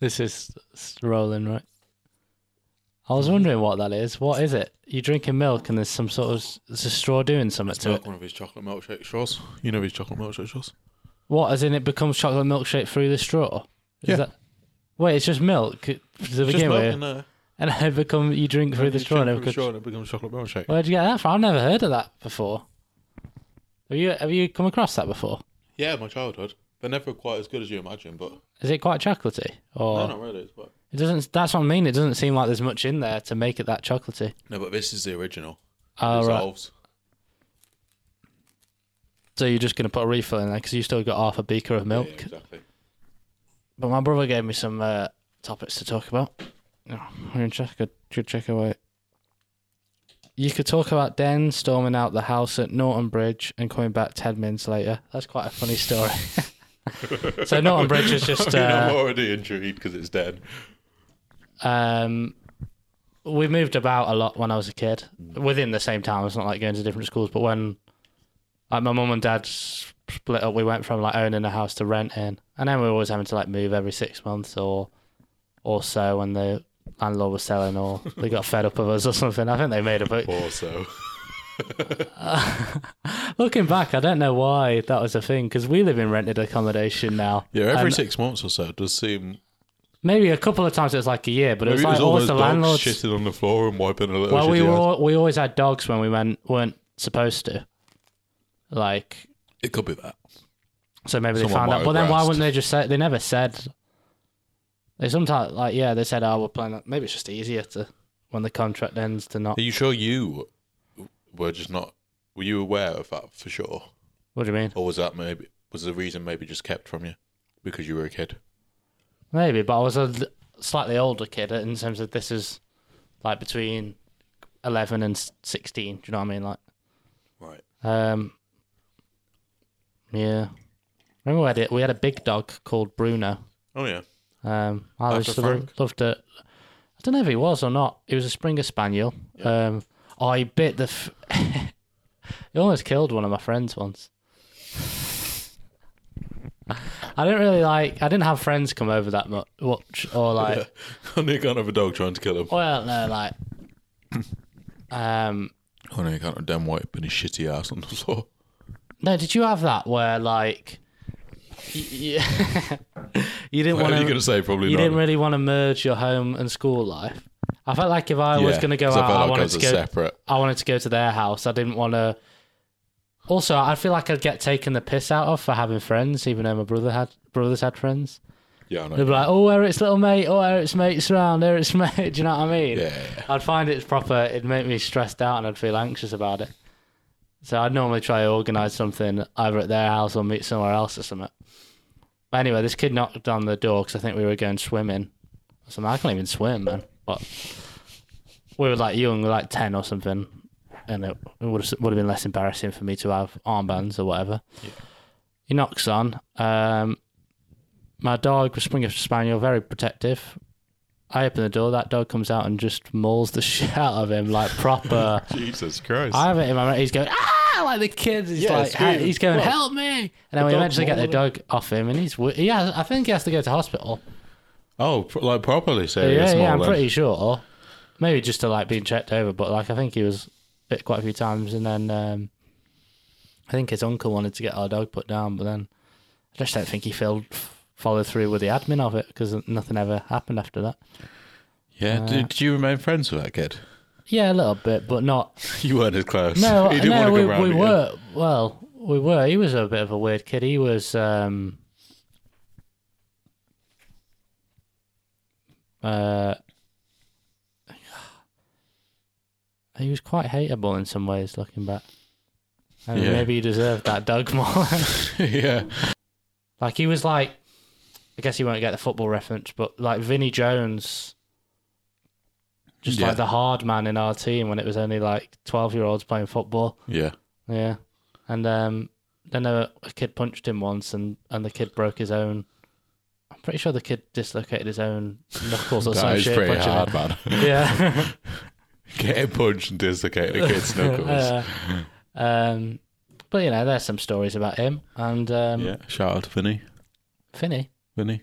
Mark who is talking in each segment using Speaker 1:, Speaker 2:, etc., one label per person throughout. Speaker 1: This is s- rolling, right? I was wondering what that is. What is it? You're drinking milk and there's some sort of there's a straw doing something to
Speaker 2: Milk
Speaker 1: it.
Speaker 2: one of his chocolate milkshake straws. You know his chocolate milkshake straws.
Speaker 1: What? As in, it becomes chocolate milkshake through the straw? Is
Speaker 2: Yeah.
Speaker 1: That... Wait, it's just milk to
Speaker 2: Just
Speaker 1: begin
Speaker 2: milk
Speaker 1: with,
Speaker 2: in there.
Speaker 1: and it become you drink through the
Speaker 2: You
Speaker 1: straw.
Speaker 2: drink
Speaker 1: And it
Speaker 2: through the
Speaker 1: becomes...
Speaker 2: straw and it becomes chocolate milkshake.
Speaker 1: Where'd you get that from? I've never heard of that before. Have you? Have you come across that before?
Speaker 2: Yeah, my childhood. They're never quite as good as you imagine, but
Speaker 1: Is it quite chocolatey? Or
Speaker 2: no, not really. It's quite-
Speaker 1: it doesn't? That's what I mean. It doesn't seem like there's much in there to make it that chocolatey.
Speaker 2: No, but this is the original.
Speaker 1: Oh, right.
Speaker 2: Dissolves.
Speaker 1: So you're just gonna put a refill in there because you still got half a beaker of milk.
Speaker 2: Yeah, exactly.
Speaker 1: But my brother gave me some uh, topics to talk about. Oh, I'm gonna check. Good, good check away. You could talk about Den storming out the house at Norton Bridge and coming back ten minutes later. That's quite a funny story. so Norton Bridge is just.
Speaker 2: I mean,
Speaker 1: uh,
Speaker 2: I'm already intrigued because it's dead.
Speaker 1: Um, we moved about a lot when I was a kid,
Speaker 2: Mm.
Speaker 1: within the same town. It's not like going to different schools, but when like my mum and dad s- split up, we went from like owning a house to renting, and then we were always having to like move every six months or or so when the landlord was selling or they got fed up of us or something. I think they made up. a-
Speaker 2: Also,
Speaker 1: Looking back, I don't know why that was a thing because we live in rented accommodation now.
Speaker 2: yeah, every
Speaker 1: And
Speaker 2: six months or so it does seem.
Speaker 1: maybe a couple of times it was like a year, but it was
Speaker 2: Maybe it
Speaker 1: like
Speaker 2: was all
Speaker 1: always
Speaker 2: those
Speaker 1: the
Speaker 2: dogs
Speaker 1: landlord's
Speaker 2: shitting on the floor and wiping a little.
Speaker 1: Well, we
Speaker 2: shitty
Speaker 1: were
Speaker 2: ass.
Speaker 1: all, we always had dogs when we went weren't supposed to. Like,
Speaker 2: It could be that.
Speaker 1: so maybe they
Speaker 2: Someone
Speaker 1: found
Speaker 2: might
Speaker 1: out.
Speaker 2: have
Speaker 1: But then why
Speaker 2: grasped.
Speaker 1: wouldn't they just say? They never said. They sometimes like yeah, they said, "Oh, we're playing." that." Maybe it's just easier to when the contract ends to not.
Speaker 2: Are you sure you were just not? Were you aware of that for sure,
Speaker 1: What do you mean?
Speaker 2: or was that maybe was the reason maybe just kept from you because you were a kid?
Speaker 1: Maybe, but I was a l- slightly older kid in terms of this is like between eleven and s- sixteen. Do you know what I mean? Like,
Speaker 2: Right.
Speaker 1: um, yeah. Remember we had it, we had a big dog called Bruno.
Speaker 2: Oh yeah.
Speaker 1: Um, I
Speaker 2: After
Speaker 1: used to lo-
Speaker 2: Frank?
Speaker 1: loved it. I don't know if he was or not. He was a Springer Spaniel. Um, I bit the. F- he almost killed one of my friends once. I didn't really like. I didn't have friends come over that much, much or like.
Speaker 2: I knew you can't have a dog trying to kill him.
Speaker 1: Well, no, like. Um.
Speaker 2: I knew you can't have Dan White putting his shitty ass on the floor.
Speaker 1: No, did you have that where like? You, you didn't
Speaker 2: What
Speaker 1: want
Speaker 2: are
Speaker 1: to.
Speaker 2: you going to say? Probably
Speaker 1: you
Speaker 2: not.
Speaker 1: didn't really want to merge your home and school life. I felt like if I was
Speaker 2: Yeah,
Speaker 1: going to go
Speaker 2: 'cause
Speaker 1: out,
Speaker 2: I, felt
Speaker 1: I
Speaker 2: like
Speaker 1: wanted
Speaker 2: was
Speaker 1: to
Speaker 2: a
Speaker 1: go.
Speaker 2: separate.
Speaker 1: I wanted to go to their house. I didn't want to. Also, I feel like I'd get taken the piss out of for having friends, even though my brother had brothers had friends.
Speaker 2: Yeah, I know.
Speaker 1: They'd be like, "Oh, Eric's little mate. Oh, Eric's mate's round. Eric's mate." Do you know what I mean?
Speaker 2: yeah.
Speaker 1: I'd find it's proper. It'd make me stressed out, and I'd feel anxious about it. So I'd normally try to organise something either at their house or meet somewhere else or something. But anyway, this kid knocked on the door because I think we were going swimming. Or something. I can't even swim, man. But we were like young, we were like ten or something, and it would have would have been less embarrassing for me to have armbands or whatever. He knocks on. Um, my dog was Springer Spaniel, very protective. I open the door, that dog comes out and just mauls the shit out of him, like proper.
Speaker 2: Jesus Christ.
Speaker 1: I have it in my mind. He's going ah, like the kids. He's
Speaker 2: Yeah,
Speaker 1: like
Speaker 2: screaming.
Speaker 1: he's going
Speaker 2: Well,
Speaker 1: help me, and then we
Speaker 2: dog
Speaker 1: eventually get the
Speaker 2: mauled
Speaker 1: dog off him, and he's wi- he has, I think he has to go to hospital.
Speaker 2: oh, pr- like properly serious.
Speaker 1: Yeah, yeah, I'm
Speaker 2: Marlon.
Speaker 1: pretty sure. Maybe just to like being checked over, but like I think he was bit quite a few times, and then um, I think his uncle wanted to get our dog put down, but then I just don't think he filled, followed through with the admin of it because nothing ever happened after that.
Speaker 2: Yeah. did, did you remain friends with that kid?
Speaker 1: Yeah, a little bit, but not.
Speaker 2: You weren't as close.
Speaker 1: No,
Speaker 2: he didn't
Speaker 1: no,
Speaker 2: want to
Speaker 1: we,
Speaker 2: go round
Speaker 1: we
Speaker 2: again.
Speaker 1: were. Well, we were. He was a bit of a weird kid. He was. um uh He was quite hateable in some ways, looking back. And
Speaker 2: Yeah.
Speaker 1: Maybe he deserved that Doug more.
Speaker 2: yeah.
Speaker 1: like he was like, I guess he won't get the football reference, but like Vinnie Jones, just
Speaker 2: Yeah.
Speaker 1: like the hard man in our team when it was only like twelve-year-olds playing football.
Speaker 2: Yeah.
Speaker 1: Yeah, and um, then a, a kid punched him once, and and the kid broke his own. I'm pretty sure the kid dislocated his own knuckles or
Speaker 2: That
Speaker 1: some
Speaker 2: is
Speaker 1: shit.
Speaker 2: pretty
Speaker 1: punching
Speaker 2: hard,
Speaker 1: him.
Speaker 2: man.
Speaker 1: Yeah.
Speaker 2: Getting punched and dislocating a kid's knuckles.
Speaker 1: Yeah. um, but you know, there's some stories about him and um,
Speaker 2: yeah. Shout out to Vinny.
Speaker 1: Finney.
Speaker 2: Vinny.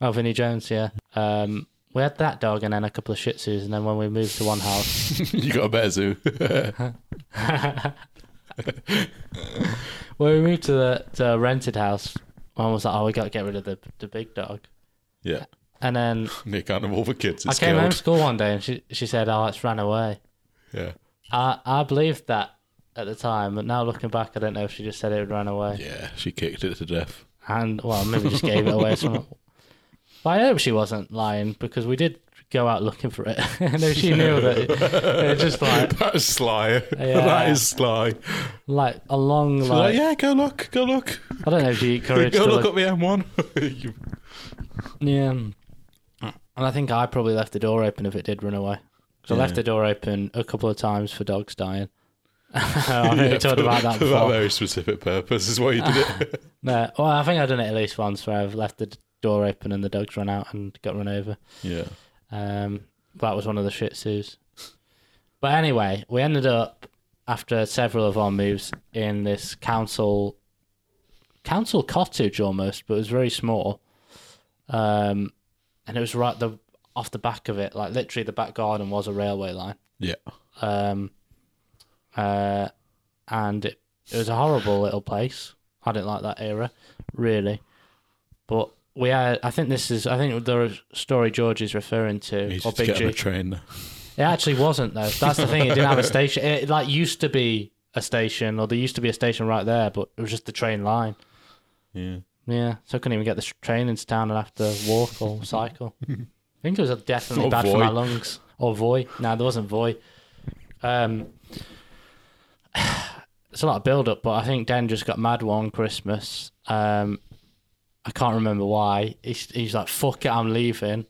Speaker 1: Oh, Vinnie Jones, yeah. Um, we had that dog and then a couple of Shih Tzus, and then when we moved to one house,
Speaker 2: you got a bear zoo.
Speaker 1: when we moved to the to a rented house, mum was like, "Oh, we got to get rid of the the big dog."
Speaker 2: yeah.
Speaker 1: And then
Speaker 2: Nick Animal for kids.
Speaker 1: I
Speaker 2: It's
Speaker 1: came home from
Speaker 2: killed.
Speaker 1: school one day, and she she said, "Oh, it's ran away."
Speaker 2: Yeah.
Speaker 1: I I believed that at the time, but now looking back, I don't know if she just said it ran away.
Speaker 2: Yeah. She kicked it to death.
Speaker 1: and well, maybe just gave it away. or something. But I hope she wasn't lying because we did go out looking for it. and if she knew that, it, it just like
Speaker 2: That is sly.
Speaker 1: Yeah.
Speaker 2: That is sly.
Speaker 1: like a long
Speaker 2: Like,
Speaker 1: like
Speaker 2: yeah, go look, go look,
Speaker 1: I don't know if you
Speaker 2: go
Speaker 1: encouraged to look.
Speaker 2: look up the M1. You-
Speaker 1: Yeah, and I think I probably left the door open if it did run away. 'Cause I left
Speaker 2: Yeah.
Speaker 1: the door open a couple of times for dogs dying. I think we talked
Speaker 2: for-
Speaker 1: about that
Speaker 2: for that
Speaker 1: before.
Speaker 2: very specific purpose is why you did it.
Speaker 1: No, well, I think I've done it at least once where I've left the d- door open and the dogs run out and got run over.
Speaker 2: yeah.
Speaker 1: Um, that was one of the Shih Tzus. But anyway, we ended up after several of our moves in this council council cottage almost, but it was very small. Um, and it was right the off the back of it, like literally the back garden was a railway line.
Speaker 2: Yeah.
Speaker 1: Um, uh, and it, it was a horrible little place. I didn't like that era, really. But we had, I think this is, I think the story George is referring to,
Speaker 2: He's
Speaker 1: or
Speaker 2: just
Speaker 1: Oh, Big
Speaker 2: getting
Speaker 1: G.
Speaker 2: a train.
Speaker 1: it actually wasn't though. That's the thing. It didn't have a station. It, it, like used to be a station, or there used to be a station right there, but it was just the train line.
Speaker 2: Yeah.
Speaker 1: Yeah, so I couldn't even get the s- train into town. I'd have to walk or cycle. I think it was definitely
Speaker 2: Or
Speaker 1: bad for my
Speaker 2: Voi.
Speaker 1: lungs. Or Voy. No, there wasn't Voy. Um, it's a lot of build up, but I think Dan just got mad one Christmas. Um, I can't remember why. He's, he's like, fuck it, I'm leaving.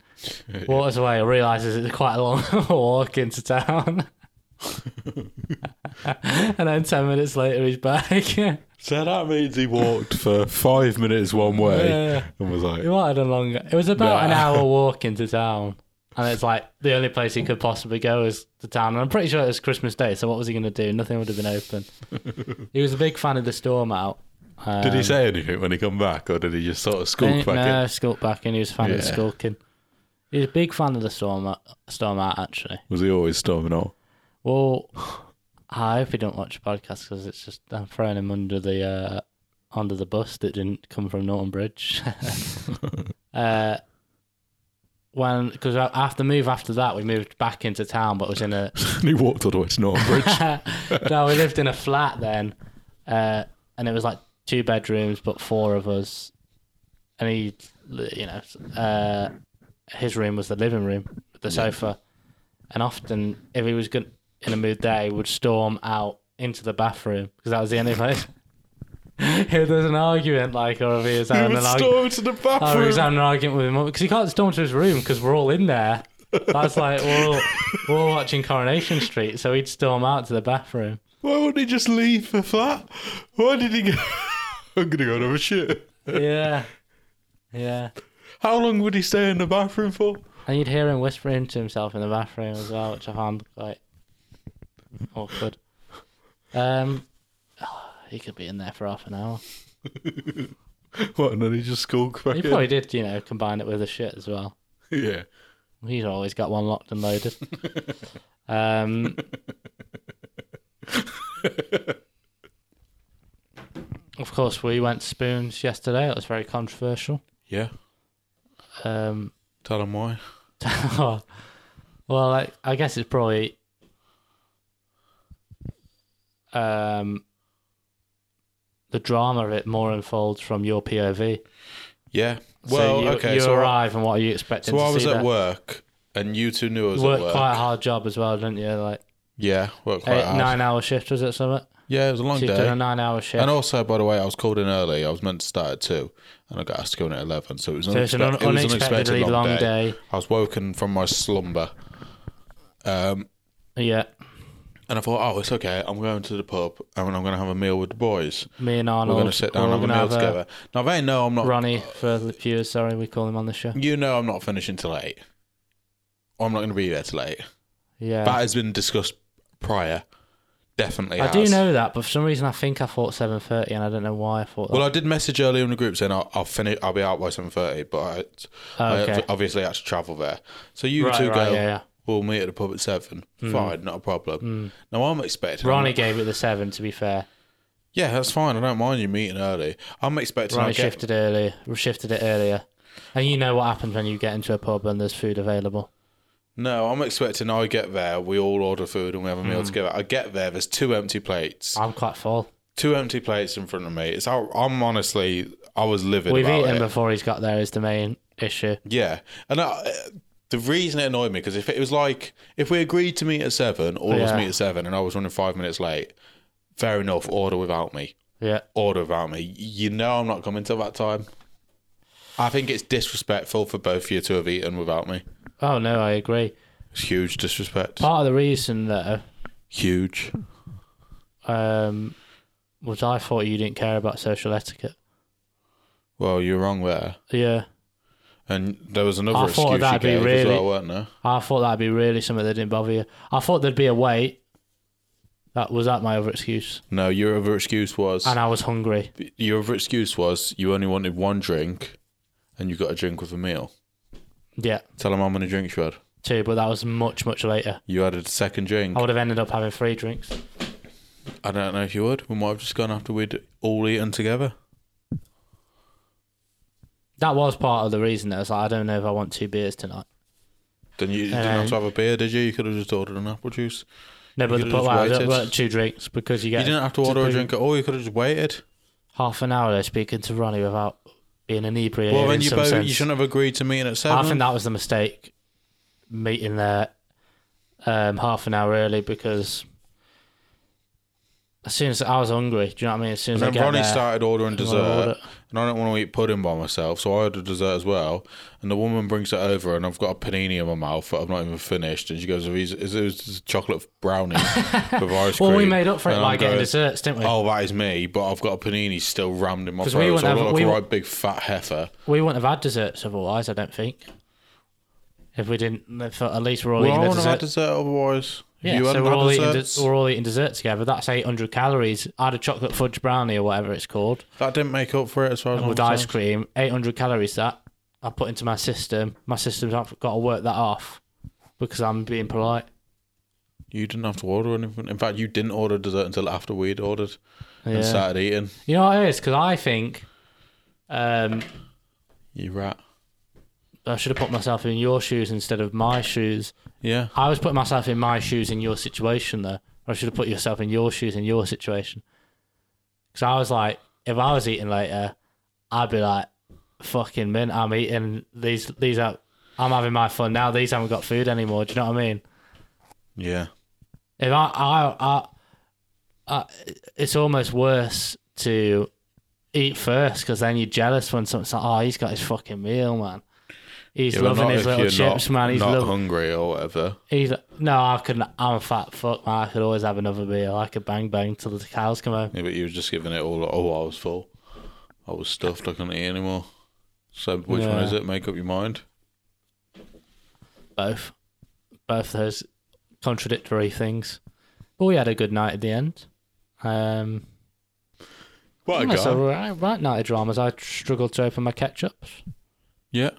Speaker 1: Walks away, realizes it's quite a long walk into town. and then 10 minutes later, he's back. yeah.
Speaker 2: So that means he walked for five minutes one way and was like,
Speaker 1: It might have done longer. It was about an
Speaker 2: Nah.
Speaker 1: hour walk into town. And it's like the only place he could possibly go is the town. And I'm pretty sure it was Christmas Day, so what was he going to do? Nothing would have been open. he was a big fan of the storm out. Um,
Speaker 2: Did he say anything when he come back, or did he just sort of
Speaker 1: No,
Speaker 2: skulk back in?
Speaker 1: Um, no, skulk back in. He was a fan of the
Speaker 2: Yeah.
Speaker 1: skulking. He was a big fan of the storm out, storm out actually.
Speaker 2: Was he always storming on?
Speaker 1: Well, I hope he don't watch the podcast because it's just I'm throwing him under the uh, under the bus that didn't come from Norton Bridge. uh, when because after move after that we moved back into town, but was in a
Speaker 2: he walked all the way to Norton Bridge.
Speaker 1: no, we lived in a flat then, uh, and it was like two bedrooms but four of us, and he, you know, uh, his room was the living room, the sofa, and often if he was good in a mood day, would storm out into the bathroom because that was the only place. if there's an argument, like, or if he was having
Speaker 2: he
Speaker 1: an
Speaker 2: was
Speaker 1: argument.
Speaker 2: storming to the
Speaker 1: Oh, he was
Speaker 2: bathroom.
Speaker 1: having an argument with him because he can't storm to his room because we're all in there. That's like we're all, we're all watching Coronation Street, so he'd storm out to the bathroom.
Speaker 2: Why wouldn't he just leave the flat? Why did he go? I'm gonna go and have a shit.
Speaker 1: Yeah, yeah,
Speaker 2: How long would he stay in the bathroom for?
Speaker 1: and you'd hear him whispering to himself in the bathroom as well, which I found quite awkward. Um, he could be in there for half an hour.
Speaker 2: What? And then he just skulked back
Speaker 1: He
Speaker 2: in.
Speaker 1: probably did, you know, combine it with the shit as well.
Speaker 2: Yeah.
Speaker 1: He's always got one locked and loaded. um, of course, we went spoons yesterday. That was very controversial.
Speaker 2: Yeah.
Speaker 1: Um,
Speaker 2: Tell him why.
Speaker 1: well, I, I guess it's probably um, the drama of it more unfolds from your POV.
Speaker 2: Yeah.
Speaker 1: So
Speaker 2: Well,
Speaker 1: you,
Speaker 2: okay.
Speaker 1: you
Speaker 2: so I,
Speaker 1: arrive, and what are you expecting?
Speaker 2: so
Speaker 1: to
Speaker 2: I was
Speaker 1: see
Speaker 2: at
Speaker 1: there?
Speaker 2: work, and you two knew I was
Speaker 1: Worked
Speaker 2: at work.
Speaker 1: quite a hard job as well, didn't you? Like
Speaker 2: yeah, worked quite
Speaker 1: eight,
Speaker 2: hard.
Speaker 1: nine-hour Uh, shift was it? Something.
Speaker 2: Yeah, it was a long
Speaker 1: So you've
Speaker 2: day.
Speaker 1: done a nine-hour shift.
Speaker 2: And also, by the way, I was called in early. I was meant to start at two, and I got asked to go in at eleven. So it was,
Speaker 1: So it's an un-
Speaker 2: unexpe- it was an
Speaker 1: unexpectedly
Speaker 2: unexpected long,
Speaker 1: long
Speaker 2: day.
Speaker 1: day.
Speaker 2: I was woken from my slumber, um,
Speaker 1: Yeah,
Speaker 2: and I thought, "Oh, it's okay. I'm going to the pub, and I'm going to have a meal with the boys.
Speaker 1: me and
Speaker 2: We're
Speaker 1: Arnold.
Speaker 2: going to sit down
Speaker 1: we're
Speaker 2: and have
Speaker 1: gonna
Speaker 2: a
Speaker 1: have,
Speaker 2: meal
Speaker 1: uh,
Speaker 2: together." Now they know I'm not.
Speaker 1: Ronnie, for the viewers, sorry, we call him on the show.
Speaker 2: You know I'm not finishing till eight. Or I'm not going to be there till eight.
Speaker 1: Yeah,
Speaker 2: That has been discussed prior. definitely
Speaker 1: I
Speaker 2: has.
Speaker 1: do know that, but for some reason I think I thought 7:30, and I don't know why I thought that.
Speaker 2: Well, I did message earlier in the group saying I'll, I'll finish. I'll be out by seven thirty, but I,
Speaker 1: Oh, Okay.
Speaker 2: I obviously had to travel there. So you
Speaker 1: Right,
Speaker 2: two
Speaker 1: right,
Speaker 2: go.
Speaker 1: yeah, yeah.
Speaker 2: We'll meet at the pub at seven. Fine, not a problem. No, I'm expecting.
Speaker 1: Ronnie gave it the seven. To be fair,
Speaker 2: Yeah, that's fine. I don't mind you meeting early. I'm expecting.
Speaker 1: Ronnie
Speaker 2: I'll get,
Speaker 1: shifted early, shifted it earlier, and you know what happens when you get into a pub and there's food available.
Speaker 2: no, I'm expecting. I get there. We all order food and we have a
Speaker 1: Mm.
Speaker 2: meal together. I get there. There's two empty plates.
Speaker 1: I'm quite full.
Speaker 2: Two empty plates in front of me. It's. out- I'm honestly. I was livid.
Speaker 1: We've
Speaker 2: about
Speaker 1: eaten
Speaker 2: it.
Speaker 1: before he's got there is the main issue.
Speaker 2: Yeah, and I, the reason it annoyed me because if it was like if we agreed to meet at seven, all of us
Speaker 1: Yeah.
Speaker 2: meet at seven, and I was running five minutes late, fair enough. Order without me.
Speaker 1: Yeah,
Speaker 2: Order without me. You know I'm not coming till that time. I think it's disrespectful for both of you to have eaten without me.
Speaker 1: Oh no, I agree.
Speaker 2: It's huge disrespect.
Speaker 1: Part of the reason though
Speaker 2: Huge.
Speaker 1: um, was I thought you didn't care about social etiquette.
Speaker 2: Well, you're wrong there.
Speaker 1: Yeah,
Speaker 2: And there was another
Speaker 1: I
Speaker 2: excuse
Speaker 1: thought
Speaker 2: you
Speaker 1: that'd be
Speaker 2: gave as
Speaker 1: really-
Speaker 2: well, weren't there?
Speaker 1: I thought that'd be really something that didn't bother you. I thought there'd be a wait. That was that my other excuse,
Speaker 2: No, your other excuse was
Speaker 1: and I was hungry.
Speaker 2: your other excuse was you only wanted one drink, and you got a drink with a meal.
Speaker 1: Yeah,
Speaker 2: Tell them how many drinks you had.
Speaker 1: too, but that was much much later.
Speaker 2: You had a second drink.
Speaker 1: I would have ended up having three drinks.
Speaker 2: I don't know if you would. We might have just gone after we'd all eaten together.
Speaker 1: That was part of the reason. That I was like, I don't know if I want two beers tonight.
Speaker 2: Then you, you didn't have
Speaker 1: Um,
Speaker 2: to have a beer, did you? You could have just ordered an apple juice.
Speaker 1: No, but
Speaker 2: could
Speaker 1: the but
Speaker 2: have
Speaker 1: well, I
Speaker 2: just
Speaker 1: don't-
Speaker 2: waited.
Speaker 1: well, two drinks because you get
Speaker 2: You didn't have to order a
Speaker 1: bring-
Speaker 2: drink at all. You could have just waited.
Speaker 1: half an hour. Though, speaking to Ronnie without being inebriated.
Speaker 2: Well,
Speaker 1: in
Speaker 2: then you
Speaker 1: some
Speaker 2: both
Speaker 1: sense.
Speaker 2: you shouldn't have agreed to meeting at
Speaker 1: I
Speaker 2: seven.
Speaker 1: think that was the mistake, meeting there um, half an hour early because as soon as I was hungry, do you know what I mean? As soon as
Speaker 2: and
Speaker 1: I
Speaker 2: then
Speaker 1: get
Speaker 2: Ronnie
Speaker 1: there,
Speaker 2: started ordering
Speaker 1: I wanna
Speaker 2: dessert,
Speaker 1: order-
Speaker 2: and I don't want to eat pudding by myself, so I ordered dessert as well. And the woman brings it over, and I've got a panini in my mouth that I've not even finished. And she goes, "Is is it was just chocolate brownie with ice cream?"
Speaker 1: well, we made up for it
Speaker 2: And
Speaker 1: by
Speaker 2: I'm
Speaker 1: getting
Speaker 2: going,
Speaker 1: desserts, didn't we?
Speaker 2: Oh, that is me, but I've got a panini still rammed in my
Speaker 1: 'Cause
Speaker 2: throat,
Speaker 1: we wouldn't
Speaker 2: so I
Speaker 1: have-
Speaker 2: look like
Speaker 1: we
Speaker 2: a
Speaker 1: wou-
Speaker 2: right big fat heifer.
Speaker 1: We wouldn't have had desserts otherwise, I don't think. If we didn't, if at least we're all
Speaker 2: Well, I
Speaker 1: eating a
Speaker 2: wouldn't have had
Speaker 1: dessert.
Speaker 2: dessert otherwise.
Speaker 1: Yeah,
Speaker 2: you
Speaker 1: so
Speaker 2: hadn't
Speaker 1: we're
Speaker 2: had
Speaker 1: all, eating
Speaker 2: desserts?
Speaker 1: de- we're all eating dessert together. That's 800 calories. I had a chocolate fudge brownie or whatever it's called
Speaker 2: that didn't make up for it as far as I'm
Speaker 1: with ice
Speaker 2: concerned.
Speaker 1: cream. 800 calories that I put into my system. My system's got to work that off because I'm being polite.
Speaker 2: You didn't have to order anything. In fact, you didn't order dessert until after we'd ordered
Speaker 1: Yeah.
Speaker 2: and started eating.
Speaker 1: You know what it is? Because I think um,
Speaker 2: You rat.
Speaker 1: I should have put myself in your shoes instead of my shoes.
Speaker 2: Yeah.
Speaker 1: I was putting myself in my shoes in your situation, though. I should have put yourself in your shoes in your situation. Because I was like, if I was eating later, I'd be like, fucking mint, I'm eating these, these are, I'm having my fun now. These haven't got food anymore. Do you know what I mean?
Speaker 2: Yeah.
Speaker 1: If I, I, I, I it's almost worse to eat first because then you're jealous when someone's like, "Oh, he's got his fucking meal, man. He's
Speaker 2: Yeah, but
Speaker 1: loving
Speaker 2: not
Speaker 1: his
Speaker 2: if
Speaker 1: little
Speaker 2: you're
Speaker 1: chips,
Speaker 2: not,
Speaker 1: man. He's
Speaker 2: not
Speaker 1: loving."
Speaker 2: hungry or whatever.
Speaker 1: He's no, I could. I'm a fat fuck, man. I could always have another meal. I could bang bang till the cows come home.
Speaker 2: Yeah, but you were just giving it all. like, oh, I was full. I was stuffed. I couldn't eat anymore. So which one
Speaker 1: Yeah.
Speaker 2: is it? Make up your mind.
Speaker 1: Both, both those contradictory things. But we had a good night at the end. Um,
Speaker 2: What a
Speaker 1: that's
Speaker 2: guy.
Speaker 1: a right, right night of dramas. I struggled to open my ketchups.
Speaker 2: Yeah.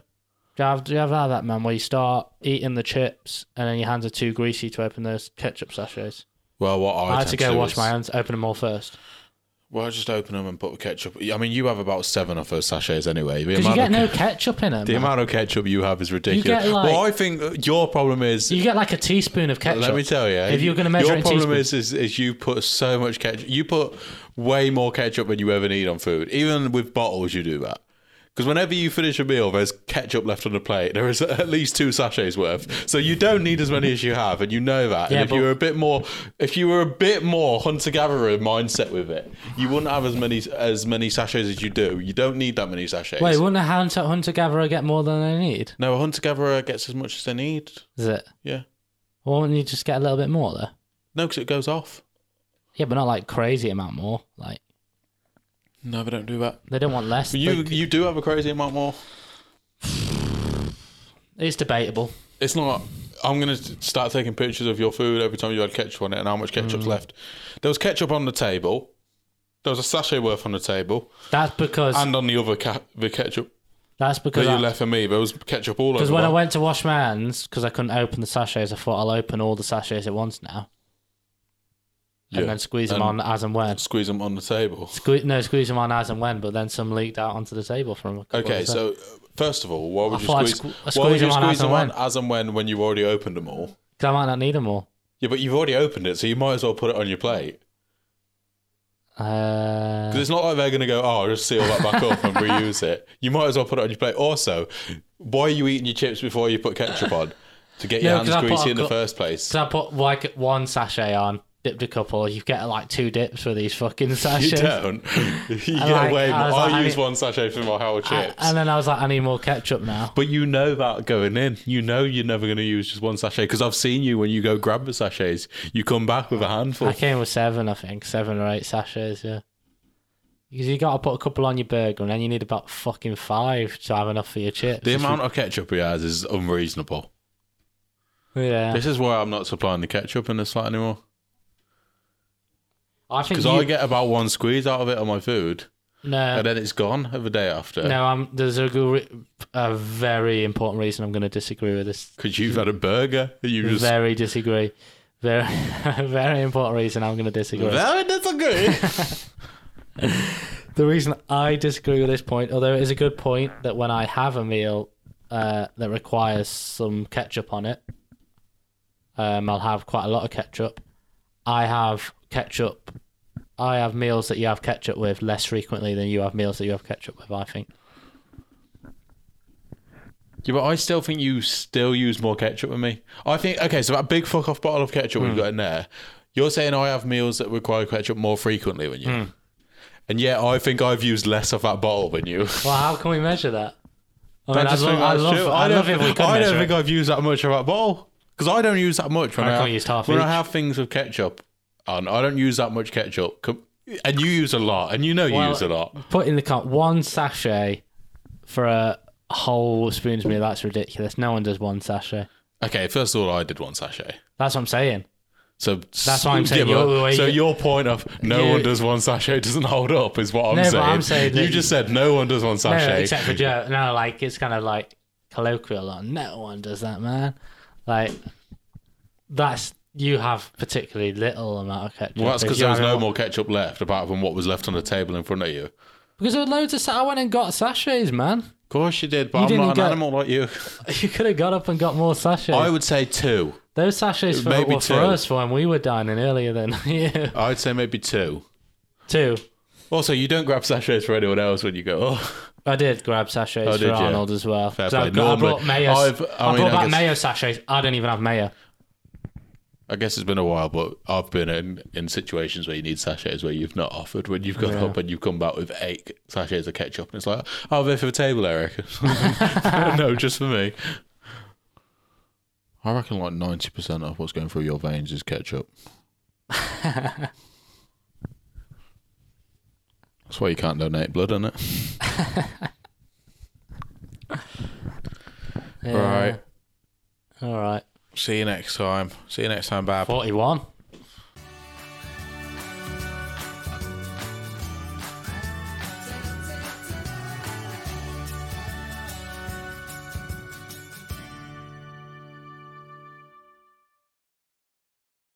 Speaker 1: Do you, have, do you ever have that, man, where you start eating the chips and then your hands are too greasy to open those ketchup sachets?
Speaker 2: Well, what
Speaker 1: I,
Speaker 2: I,
Speaker 1: had to
Speaker 2: tend
Speaker 1: go
Speaker 2: do
Speaker 1: wash
Speaker 2: Oh, is-
Speaker 1: my hands, open them all first.
Speaker 2: Well, I just open them and put ketchup. I mean, you have about seven of those sachets anyway. The
Speaker 1: Because you
Speaker 2: amount
Speaker 1: get
Speaker 2: of
Speaker 1: no ketchup in
Speaker 2: The
Speaker 1: them.
Speaker 2: amount of ketchup you have is ridiculous.
Speaker 1: get, like-
Speaker 2: well, I think uh, your problem is.
Speaker 1: you get like a teaspoon of ketchup.
Speaker 2: let me tell you.
Speaker 1: If you're going to measure
Speaker 2: your
Speaker 1: it in
Speaker 2: problem
Speaker 1: teaspoons.
Speaker 2: is, is is you put so much ketchup. You put way more ketchup than you ever need on food. Even with bottles, you do that. Because whenever you finish a meal, there's ketchup left on the plate. There is at least two sachets worth, so you don't need as many as you have, and you know that.
Speaker 1: Yeah,
Speaker 2: and if
Speaker 1: but-
Speaker 2: you were a bit more, if you were a bit more hunter-gatherer mindset with it, you wouldn't have as many as many sachets as you do. You don't need that many sachets.
Speaker 1: Wait, wouldn't a hunter, hunter gatherer get more than they need?
Speaker 2: no, a hunter-gatherer gets as much as they need.
Speaker 1: Is it?
Speaker 2: Yeah.
Speaker 1: Why wouldn't you just get a little bit more, though?
Speaker 2: No, because it goes off.
Speaker 1: Yeah, but not like crazy amount more. Like,
Speaker 2: No, they don't do that.
Speaker 1: they don't want less.
Speaker 2: You
Speaker 1: but-
Speaker 2: you do have a crazy amount more.
Speaker 1: It's debatable.
Speaker 2: It's not. I'm gonna start taking pictures of your food every time you had ketchup on it and how much ketchup's
Speaker 1: Mm.
Speaker 2: left. There was ketchup on the table. There was a sachet worth on the table
Speaker 1: That's because
Speaker 2: and on the other ca- the ketchup
Speaker 1: that's
Speaker 2: that
Speaker 1: because
Speaker 2: you
Speaker 1: I-
Speaker 2: left for me. There was ketchup all over.
Speaker 1: Because when I
Speaker 2: that.
Speaker 1: went to wash my hands, because I couldn't open the sachets, I thought I'll open all the sachets at once now, and
Speaker 2: Yeah.
Speaker 1: then squeeze them
Speaker 2: And-
Speaker 1: on as and when.
Speaker 2: squeeze them on the table.
Speaker 1: Sque- no, squeeze them on as and when, but then some leaked out onto the table from. A couple
Speaker 2: Okay,
Speaker 1: of the-
Speaker 2: so uh, first of all, why would
Speaker 1: I
Speaker 2: you
Speaker 1: thought I'd
Speaker 2: squeeze,
Speaker 1: squ-
Speaker 2: why
Speaker 1: squeeze
Speaker 2: would you
Speaker 1: them on
Speaker 2: squeeze
Speaker 1: as and
Speaker 2: them on as and when when you've already opened them all?
Speaker 1: 'Cause I might not need them all.
Speaker 2: Yeah, but you've already opened it, so you might as well put it on your plate. Because
Speaker 1: Uh,
Speaker 2: it's not like they're going to go, oh, I'll just seal that back up and reuse it. You might as well put it on your plate. Also, why are you eating your chips before you put ketchup on? To get your
Speaker 1: No, 'cause
Speaker 2: hands
Speaker 1: I put
Speaker 2: greasy
Speaker 1: a
Speaker 2: in the
Speaker 1: cou-
Speaker 2: first place.
Speaker 1: so I put like one sachet on, dipped a couple. You get like two dips with these fucking
Speaker 2: You
Speaker 1: sachets.
Speaker 2: don't. you get
Speaker 1: like-
Speaker 2: away.
Speaker 1: I
Speaker 2: I'll
Speaker 1: was like, I
Speaker 2: use
Speaker 1: need-
Speaker 2: one sachet for my whole
Speaker 1: A-
Speaker 2: chips.
Speaker 1: and then I was like, I need more ketchup now.
Speaker 2: but you know that going in. You know you're never going to use just one sachet because I've seen you when you go grab the sachets, you come back with a handful.
Speaker 1: I came with seven, I think, seven or eight sachets, yeah. Because you got to put a couple on your burger, and then you need about fucking five to have enough for your chips.
Speaker 2: The
Speaker 1: It's
Speaker 2: amount of ketchup he has is unreasonable.
Speaker 1: ri- yeah,
Speaker 2: This is why I'm not supplying the ketchup in the slot anymore.
Speaker 1: I think
Speaker 2: Because
Speaker 1: you,
Speaker 2: I get about one squeeze out of it on my food,
Speaker 1: no,
Speaker 2: and then it's gone the day after.
Speaker 1: Um, no. I'm, there's a, gr- a very important reason I'm going to disagree with this.
Speaker 2: Because you've had a burger, you just
Speaker 1: Very disagree. Very, very important reason I'm going to disagree.
Speaker 2: very disagree.
Speaker 1: The reason I disagree with this point, although it is a good point, that when I have a meal uh, that requires some ketchup on it, um, I'll have quite a lot of ketchup. I have ketchup. I have meals that you have ketchup with less frequently than you have meals that you have ketchup with. I think.
Speaker 2: yeah, but I still think you still use more ketchup than me. I think okay, so that big fuck off bottle of ketchup
Speaker 1: Hmm.
Speaker 2: we've got in there. You're saying I have meals that require ketchup more frequently than you,
Speaker 1: Hmm.
Speaker 2: and yet I think I've used less of that bottle than you.
Speaker 1: Well, how can we measure that? I mean,
Speaker 2: I
Speaker 1: I,
Speaker 2: just
Speaker 1: love,
Speaker 2: think
Speaker 1: I
Speaker 2: that's
Speaker 1: love,
Speaker 2: true.
Speaker 1: I
Speaker 2: don't-
Speaker 1: love if we could
Speaker 2: I
Speaker 1: measure
Speaker 2: don't
Speaker 1: it.
Speaker 2: think I've used that much of that bottle because I don't use that much
Speaker 1: I
Speaker 2: when I,
Speaker 1: can't
Speaker 2: have,
Speaker 1: use half
Speaker 2: when I
Speaker 1: each.
Speaker 2: have things with ketchup on. I don't use that much ketchup, Com- and you use a lot, and you know you
Speaker 1: Well-
Speaker 2: use a lot.
Speaker 1: Put in the cup one sachet for a whole spoon's meal. That's ridiculous. No one does one sachet.
Speaker 2: Okay, first of all, I did one sachet.
Speaker 1: That's what I'm saying.
Speaker 2: So
Speaker 1: That's what I'm saying.
Speaker 2: but-
Speaker 1: You're-
Speaker 2: so
Speaker 1: you-
Speaker 2: your point of no
Speaker 1: You-
Speaker 2: one does one sachet doesn't hold up is what I'm
Speaker 1: No, but
Speaker 2: saying.
Speaker 1: I'm saying
Speaker 2: you
Speaker 1: that-
Speaker 2: just said no one does one
Speaker 1: No,
Speaker 2: sachet.
Speaker 1: except for Joe. No, like it's kind of like colloquial. Like, no one does that, man. Like that's you have particularly little amount of ketchup.
Speaker 2: well, that's
Speaker 1: If
Speaker 2: because
Speaker 1: you
Speaker 2: there was
Speaker 1: have
Speaker 2: no
Speaker 1: it-
Speaker 2: more ketchup left apart from what was left on the table in front of you. Of
Speaker 1: Because there were loads of. sa- I went and got sachets, man.
Speaker 2: course you did,
Speaker 1: You
Speaker 2: but I'm
Speaker 1: didn't
Speaker 2: not an
Speaker 1: get-
Speaker 2: animal like you.
Speaker 1: You could have got up and got more sachets.
Speaker 2: I would say two.
Speaker 1: Those sachets for,
Speaker 2: Maybe
Speaker 1: were
Speaker 2: two.
Speaker 1: for us for when we were dining earlier than you.
Speaker 2: I'd say maybe two.
Speaker 1: Two.
Speaker 2: Also, you don't grab sachets for anyone else when you go. Oh,
Speaker 1: I did grab sachets
Speaker 2: Oh,
Speaker 1: for
Speaker 2: did you?
Speaker 1: Arnold as well.
Speaker 2: Fair
Speaker 1: 'Cause
Speaker 2: play.
Speaker 1: I, got- I
Speaker 2: Normally-
Speaker 1: brought mayo.
Speaker 2: I've- I
Speaker 1: I,
Speaker 2: mean, I
Speaker 1: brought back
Speaker 2: guess-
Speaker 1: mayo sachets. I don't even have mayo.
Speaker 2: I guess it's been a while, but I've been in, in situations where you need sachets where you've not offered when you've gone
Speaker 1: Yeah.
Speaker 2: up and you've come back with eight sachets of ketchup, and it's like, oh, they're for the table, Eric. no, just for me. I reckon like ninety percent of what's going through your veins is ketchup. That's why you can't donate blood, isn't it?
Speaker 1: Yeah.
Speaker 2: Right.
Speaker 1: All right.
Speaker 2: See you next time. See you next time, Bab.
Speaker 1: Forty-one.